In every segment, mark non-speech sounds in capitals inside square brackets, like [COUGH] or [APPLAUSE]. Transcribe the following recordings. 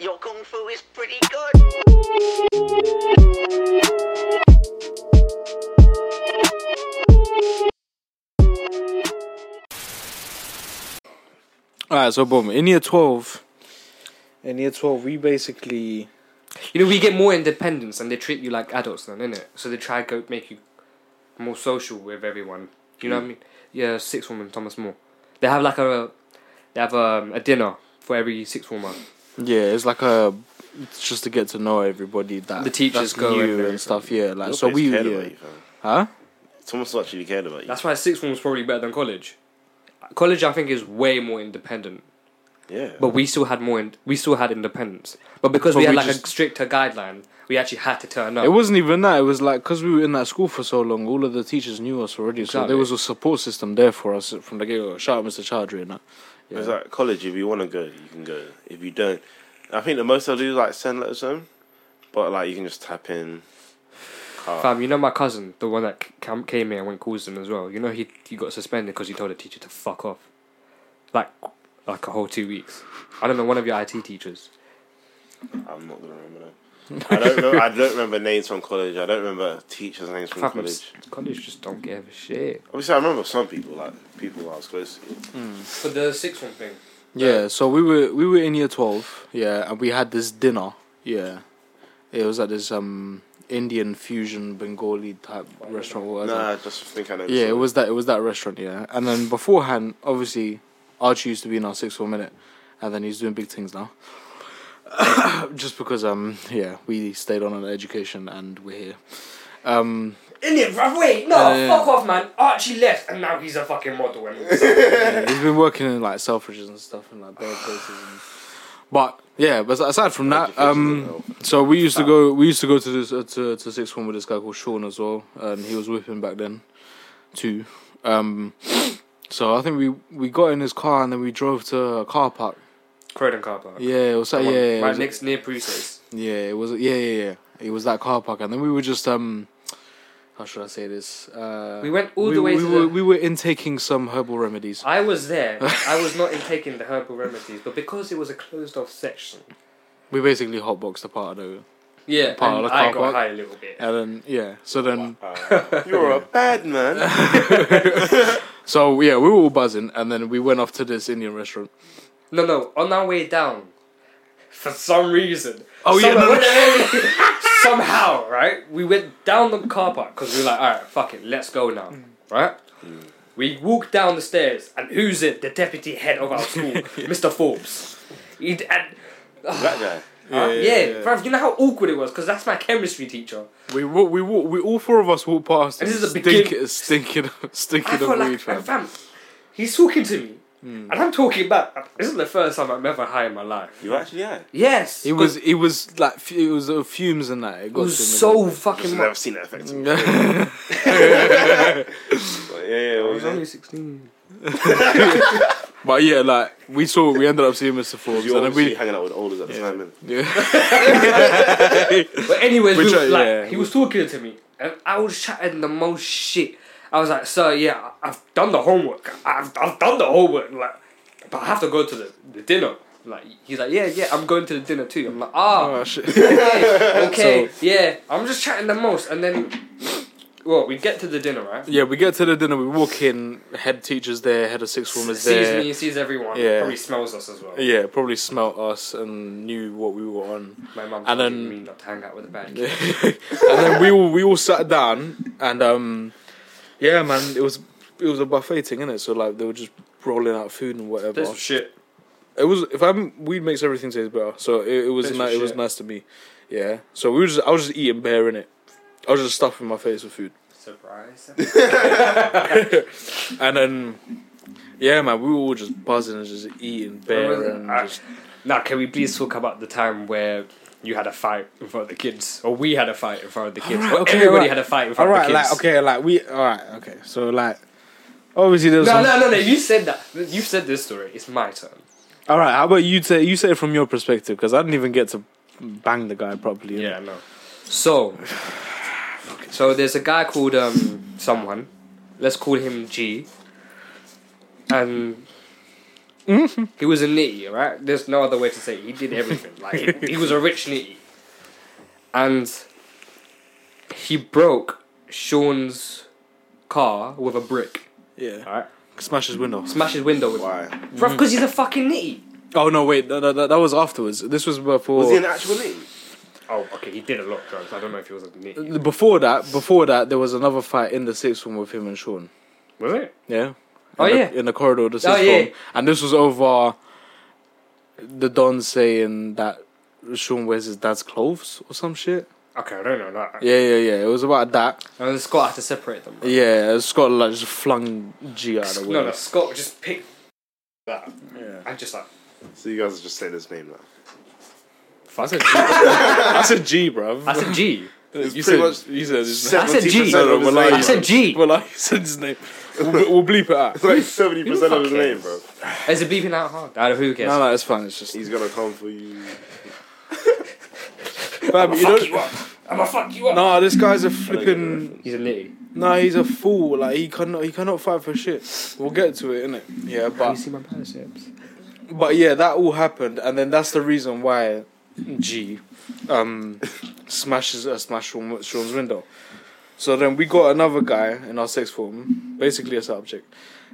Your kung fu is pretty good. All right, so boom. In year twelve, in year twelve, we basically You know, we get more independence and they treat you like adults then, innit? So they try to go make you more social with everyone. You know what I mean? Yeah, six woman, Thomas More. They have like a they have um, a dinner for every six woman. yeah, it's like a it's just to get to know everybody that The that's teachers go new every- and stuff. Yeah, like Your so place we cared yeah. about you, fam. huh? Thomas actually cared about you. That's why six form's probably better than college. College, I think, is way more independent, yeah. but we still had more. In, we still had independence, but because But we had we like just- a stricter guideline, we actually had to turn up. It wasn't even that. It was like because we were in that school for so long, all of the teachers knew us already, so Exactly. there was a support system there for us from the get go. Shout out, Mr. Chowdhury, and that. It's like college. If you want to go, you can go. If you don't, I think the most I'll do is like send letters home, but like you can just tap in. Uh, Fam, you know my cousin, the one that c- cam- came here and went caused him as well. You know he he got suspended because he told a teacher to fuck off, like like a whole two weeks. I don't know one of your IT teachers. I'm not gonna remember them. I don't know. I don't remember names from college. I don't remember teachers' names from Fam, college. college. college just don't give a shit. Obviously, I remember some people like people I was close to. For the sixth one thing, Yeah, so we were we were in year twelve, yeah, and we had this dinner, yeah. It was at this um Indian fusion Bengali type restaurant. What was Nah, it? I just think I know. Yeah, it was that it was that restaurant, yeah. And then beforehand, obviously, Archie used to be in our sixth form minute, and then he's doing big things now. [COUGHS] Just because um yeah, we stayed on an education and we're here. Um in it, bruv. Wait, no, Uh, fuck off, man. Archie left, and now he's a fucking model. Yeah, he's been working in like Selfridges and stuff and like bad places. And... But yeah, but aside from that, um, so we used to go we used to go to this uh, to to sixth form with this guy called Sean as well, and he was whipping back then, too. Um, so I think we we got in his car and then we drove to a car park. [LAUGHS] Croydon car park. Yeah, it was that, yeah, yeah, it right was- next near Prusa's. yeah, it was yeah yeah yeah. It was that car park, and then we were just um, how should I say this? Uh, We went all the way we to were, the- we were intaking some herbal remedies. I was [LAUGHS] there. I was not intaking the herbal remedies, but because it was a closed off section, We basically hotboxed the part of the yeah, Part of and the car I got park. high a little bit. And then yeah, so then You're a bad [LAUGHS] man. so yeah, we were all buzzing, and then we went off to this Indian restaurant. No, no. On our way down, for some reason. Oh, yeah, somehow, no, [LAUGHS] somehow, right? We went down the car park because we were like, all right, fuck it, let's go now, Mm. right? We walked down the stairs, and who's it? The deputy head of our [LAUGHS] school, Mr. Forbes. He'd, and, uh, that guy. yeah, bruv, you know how awkward it was because that's my chemistry teacher. We wa- we wa- we all four of us walked past. And this is the stink, begin- stinking [LAUGHS] I stinking of felt weed, like, fam. fam, he's talking to me, Hmm. and I'm talking back. This is the first time I've ever high in my life. You actually had. Yes, It was it was like f- it was uh, fumes and that. It, got it to him was and so Just fucking. never seen that effect. But that. yeah, yeah. what was it? sixteen. [LAUGHS] but yeah, like we saw, we ended up seeing Mr. Forbes, You and then obviously we. hanging out with olders at the time. innit? Yeah. But anyways, we Which, were, uh, like yeah. he was talking to me, and I was chatting the most shit. I was like, "Sir, yeah, I- I've done the homework. I've, I've done the homework. Like, but I have to go to the, the dinner." Like, he's like, "Yeah, yeah, I'm going to the dinner too." I'm like, "Ah, [LAUGHS] Oh, shit. [LAUGHS] okay, okay, yeah." I'm just chatting the most, and then, well, we get to the dinner, right? yeah, we get to the dinner, we walk in, head teacher's there, head of sixth form is Sees there. me, sees everyone. Yeah. Probably smells us as well. Yeah, probably smelt us and knew what we were on. My mum And told then- me not to hang out with a bad kid. [LAUGHS] and then we all we all sat down and um yeah man it was it was a buffet thing innit? so like they were just rolling out food and whatever This was shit. it was if I'm weed makes everything taste better so it, it was This ni- was it was shit. nice to me yeah so we were just I was just eating bare in it I was just stuffing my face with food Surprise. and then yeah man we were all just buzzing and just eating bare and I- just Now, can we please talk about the time where you had a fight in front of the kids, or we had a fight in front of the kids? Alright, Well, okay, everybody alright. had a fight in all front right of the kids. like okay like we all right okay so like obviously there was No, some- no, no, no. You said that. You said this story. It's my turn. All right. How about you? Say you say it from your perspective because I didn't even get to bang the guy properly. Yeah, I know. So, so there's a guy called um someone. Let's call him G. And he was a nitty, right? There's no other way to say it. he did everything. [LAUGHS] like he, he was a rich nitty, and he broke Sean's car with a brick. Yeah. All right, Smash his window. smashed his window with. Why? Bruv, because he's a fucking nitty. Oh no! Wait, that, that, that was afterwards. This was before. Was he an actual name? Oh, okay, he did a lot of drugs. I don't know if he was a nitty. before that, before that, there was another fight in the sixth form with him and Sean. Was it? Yeah. Oh, in the, yeah. In the corridor of the sixth Oh, yeah. form. And this was over the Don saying that Sean wears his dad's clothes or some shit. Okay, I don't know that. Yeah, yeah, yeah. It was about that. And Scott had to separate them. Right? Yeah, Scott like just flung G out of the way. No, no, Scott just picked that. Yeah. I'm just like, So you guys are just saying his name now. that's a G. [LAUGHS] That's a G, bruv. That's a G. you pretty said, much- you said his name. That's a G. 70% of his Well, name, I I said G. Well, I said his [LAUGHS] name. We'll, ble- we'll bleep it out. [LAUGHS] bro. Like seventy percent of his Who the fuck name, bro. Is it beeping out hard? I don't, who cares? No, no, it's fine. It's just. He's gonna come for you. [LAUGHS] Fam, you don't- I'm gonna fuck you up. Nah, this guy's a flipping. He's a nitty. No, he's a fool. Like he cannot, he cannot fight for shit. We'll get to it, innit? Yeah, you but see my biceps? but yeah, that all happened, and then that's the reason why G um, smashes uh, smash Sean, Sean's window. So then we got another guy in our sixth form, basically a subject,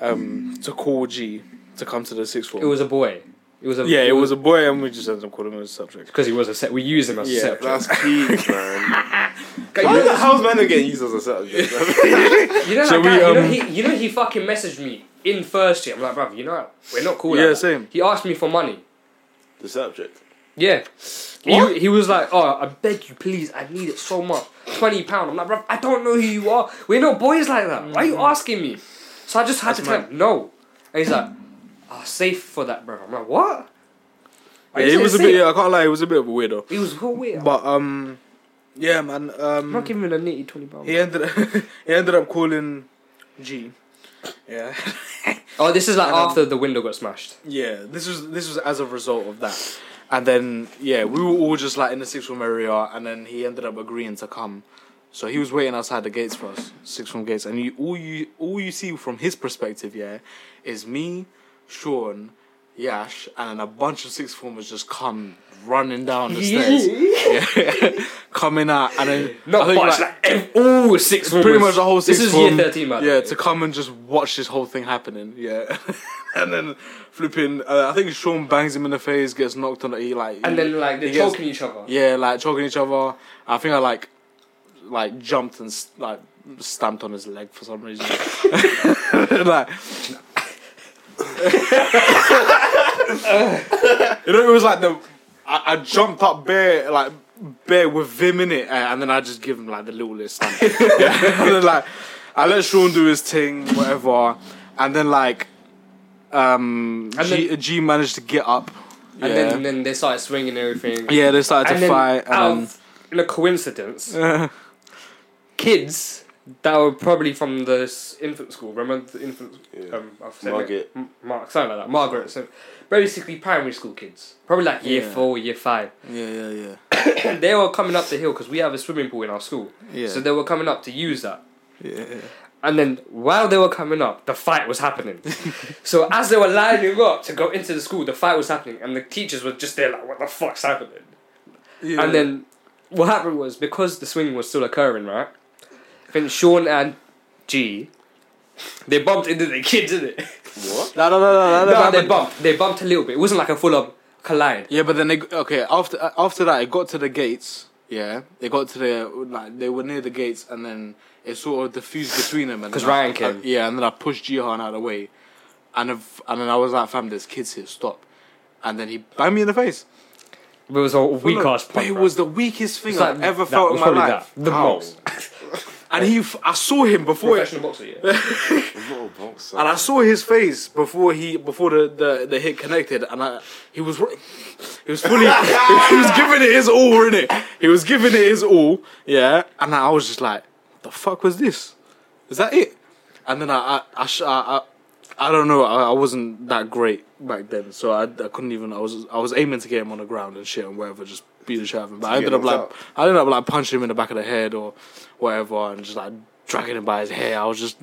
um, to call G to come to the sixth form. It was a boy. It was a yeah, it was a boy, and we just ended up calling him a subject. because he was a set. We used him as Yeah, a set. That's cute, [LAUGHS] man. Guy, How you, the know, hell's man getting used as a subject? [LAUGHS] you know So that guy. we, you, know, um, he, you know he fucking messaged me in first year. I'm like, bruv, you know we're not cool. Yeah, like that." same. He asked me for money. the subject. Yeah. He, he was like, oh, I beg you, please, I need it so much. Twenty pound. I'm like, bruv, I don't know who you are. We're not boys like that. Why are you asking me? So I just had to tell him no. And he's like, ah, safe for that, bruv. I'm like, what? Are Yeah, you it was a serious? bit. Yeah, I can't lie, it was a bit of a weirdo. He was so weird. But But um, yeah, man. Um, I'm not giving him a nitty twenty pound. He ended [LAUGHS] he ended up calling G. Yeah. [LAUGHS] Oh, this is like after the window got smashed. Yeah. This was this was as a result of that. And then yeah, we were all just like in the six room area and then he ended up agreeing to come. So he was waiting outside the gates for us, six room gates, and you all you all you see from his perspective, yeah, is me, Sean, Yash, and then a bunch of six formers just come running [LAUGHS] down the stairs, yeah, [LAUGHS] coming out, and then I Not think, much. Like, ev- all six. pretty formers. much the whole sixth This is form, year thirteen, man. Yeah, to come and just watch this whole thing happening. Yeah, [LAUGHS] and then flipping. Uh, I think Sean bangs him in the face, gets knocked on the he like, and then like they're he gets- choking each other. Yeah, like choking each other. I think I like, like jumped and s- like stamped on his leg for some reason. [LAUGHS] like. you know, it was like the I, I jumped up bare like bare with Vim in it, and then I just give him like the littlest. [LAUGHS] stamp. yeah. And then like I let Sean do his thing, whatever, and then like um And G, then- G managed to get up. yeah. And then and then they started swinging and everything. Yeah, they started to and then fight. out And of- in a [LAUGHS] coincidence, then, kids that were probably from the s- infant school. Remember the infant? Yeah. Um, I've said Margaret. it. M- Mark, something like that. Margaret. So basically, primary school kids, probably like year Yeah. four, year five. yeah, yeah, yeah, And they were coming up the hill because we have a swimming pool in our school. Yeah. So they were coming up to use that. yeah, yeah. And then while they were coming up, the fight [LAUGHS] was happening. so as they were lining up to go into the school, the fight was happening, and the teachers were just there like, "What the fuck's happening?" Yeah. And then what happened was because the swing was still occurring, right? Then Sean and G, they bumped into the kids, didn't it? What? no, no, no, no, no, No, no, they but- bumped. They bumped a little bit. It wasn't like a full on collide. Yeah, but then they okay after uh, after that it got to the gates. Yeah, it got to the like they were near the gates, and then it sort of diffused between them. and 'Cause then I- Ryan came. I- yeah, and then I pushed Jihan out of the way, and if, and then I was like, "Fam, there's kids here, stop!" And then he banged me in the face. It was a weak ass But punch. it bro. was the weakest thing It's like I've ever that felt in was my probably life. that. The Ow. [LAUGHS] most. And he, f- I saw him before. Professional boxer, yeah. [LAUGHS] I'm not a boxer. And I saw his face before he before the, the, the hit connected, and I he was ro- he was fully [LAUGHS] he was giving it his all, in it. He was giving it his all, yeah. And I was just like, the fuck was this? Is that it? And then I I I, sh- I, I I don't know. I, I wasn't that great back then, so I, I couldn't even. I was I was aiming to get him on the ground and shit and whatever, just beat the shit out of him. But I get ended up knocked like out. I ended up like punching him in the back of the head or whatever, and just like dragging him by his hair. I was just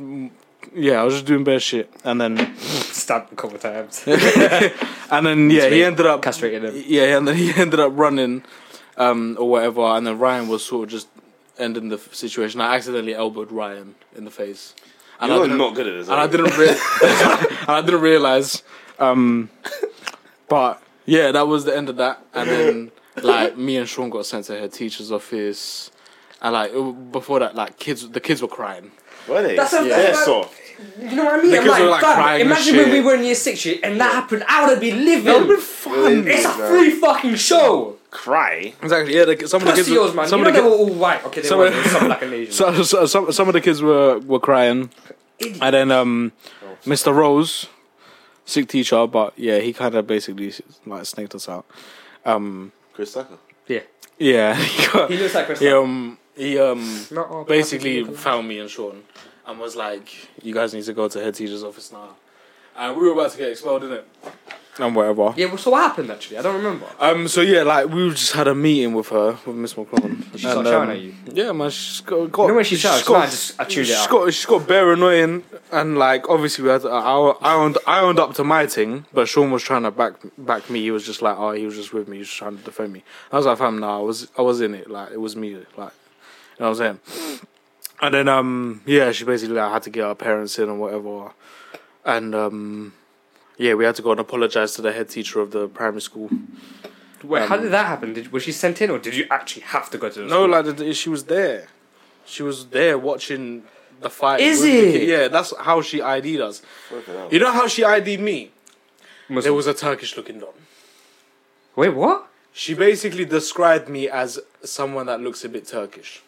yeah, I was just doing bad shit, and then Stabbed a couple of times. and then yeah, he ended up Castrated him. yeah, and then [LAUGHS] he ended up running um, or whatever, and then Ryan was sort of just ending the f- situation. I accidentally elbowed Ryan in the face, and I You're didn't- not good at this. and are I you? didn't re- [LAUGHS] and I didn't realize. Um, but yeah, that was the end of that. And then like me and Sean got sent to her teacher's office, and like it- before that, like kids, the kids were crying. Were they? That's a- yeah. that's a- soft. [LAUGHS] You know what I mean? Because I'm like, we're, like, fam, crying and imagine when shit. we were in year six shit and that happened, I would have been living. fun. it's a Yeah. free fucking show. Cry. Exactly. Yeah, the, some of the Plus kids. yours, Were, man. some you of know the they were kids. all white. Okay, they some were of the- some black and Asian. [LAUGHS] So, so, some some of the kids were were crying, Idiot. and then um, Mr. Rose, sick teacher, but yeah, he kind of basically like snaked us out. Um, Chris Tucker. yeah. yeah, [LAUGHS] he got- He looks like Chris he Tucker. um he um Not all basically black people. found me and Sean and was like, "You guys need to go to head teacher's office now." And we were about to get expelled, didn't it? And whatever. Yeah, well, so what happened actually? I don't remember. Um. So yeah, like we just had a meeting with her with Miss um, McClellan. She started shouting at you. Yeah, man. She's got. got You know when she she's shouts, got- man, I just- I tuned it she's out. got. She's got bare annoying, and like obviously we had. To, I, I owned. I owned up to my thing, but Sean was trying to back back me. He was just like, oh, he was just with me. He was just trying to defend me. I was like, fam, nah, I was. I was in it. Like it was me. Like, you know what I'm saying. And then um yeah, she basically like, had to get our parents in and whatever, and um yeah, we had to go and apologize to the head teacher of the primary school. Wait, how did that happen? Did, was she sent in or did you actually have to go to the um, No, school? like the- the- she was there. She was there watching the fight. Is with the it? kid. yeah, that's how she ID'd us. Fucking hell. You know how she ID'd me? There Muslim. was a Turkish looking don. Wait, what? She basically described me as someone that looks a bit Turkish.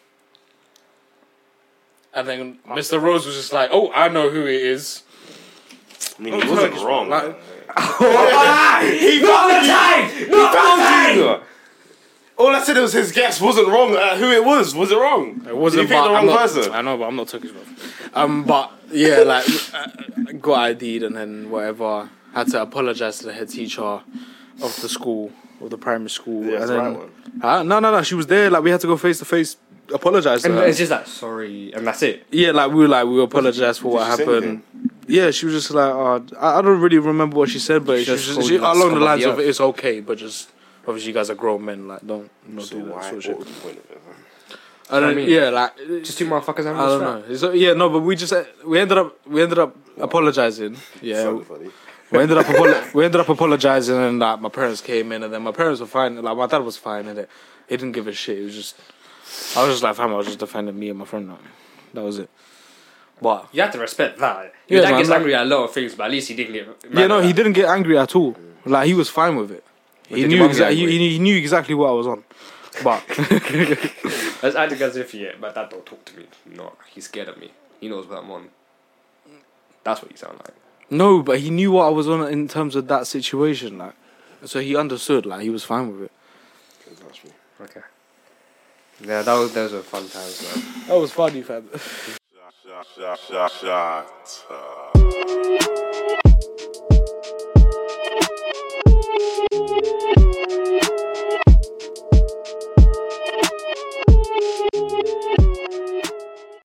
And then Mr. Rose was just like, "Oh, I know who it is." I mean, he wasn't Oh, Turkish, wrong. like- he Not the time! Not the time! All I said was his guess wasn't wrong. Uh, who it was was it wrong? It wasn't. You picked but the wrong I'm not, person. I know, but I'm not Turkish. Bro. Um, but yeah, like uh, got ID'd and then whatever. Had to apologize to the head teacher of the school, of the primary school. Yeah, it's and the then, right Huh? no, no, no. She was there. Like we had to go face to face. Apologize to And her. it's just like, sorry, and that's it. yeah, like we were like we apologized for what she say happened. Yeah, she was just like, oh, I, I don't really remember what she said, but she, She was just just, called she, you, like, along the scum of lines the of earth. it's okay, but just obviously you guys are grown men, like don't not So do that why- sort of what shit. was the point of it? And then, I mean, yeah, like Just two motherfuckers having I a don't strap. know. It's, yeah, no, but we just we ended up we ended up apologizing. Yeah, Sounded funny. we ended up apolo- we ended up apologizing, and like my parents came in, and then my parents were fine. Like my dad was fine, and it he didn't give a shit. It was just I was just like, fam, I was just defending me and my friend. Like, that was it. But You have to respect that. Your Yeah, dad man, gets like- angry at a lot of things, but at least he didn't get. mad yeah, no, at he that. didn't get angry at all. Like he was fine with it. He did your knew mum get exactly. angry? He, he knew exactly what I was on. But [LAUGHS] As acting as if yeah, my dad don't talk to me. No, he's scared of me. He knows what I'm on. That's what you sound like. no, but he knew what I was on in terms of that situation. Like, so he understood. Like he was fine with it. Okay. Yeah, that was those were fun times, man. That was funny, fam. Shot, shot, shot, shot.